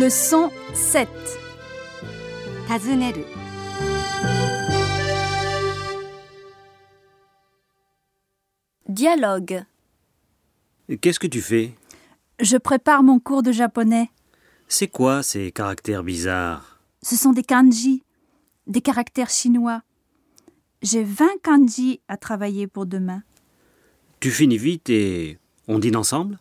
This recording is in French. Leçon 7. 尋ねる Dialogue. Qu'est-ce que tu fais Je prépare mon cours de japonais. C'est quoi ces caractères bizarres Ce sont des kanji, des caractères chinois. J'ai 20 kanji à travailler pour demain. Tu finis vite et on dîne ensemble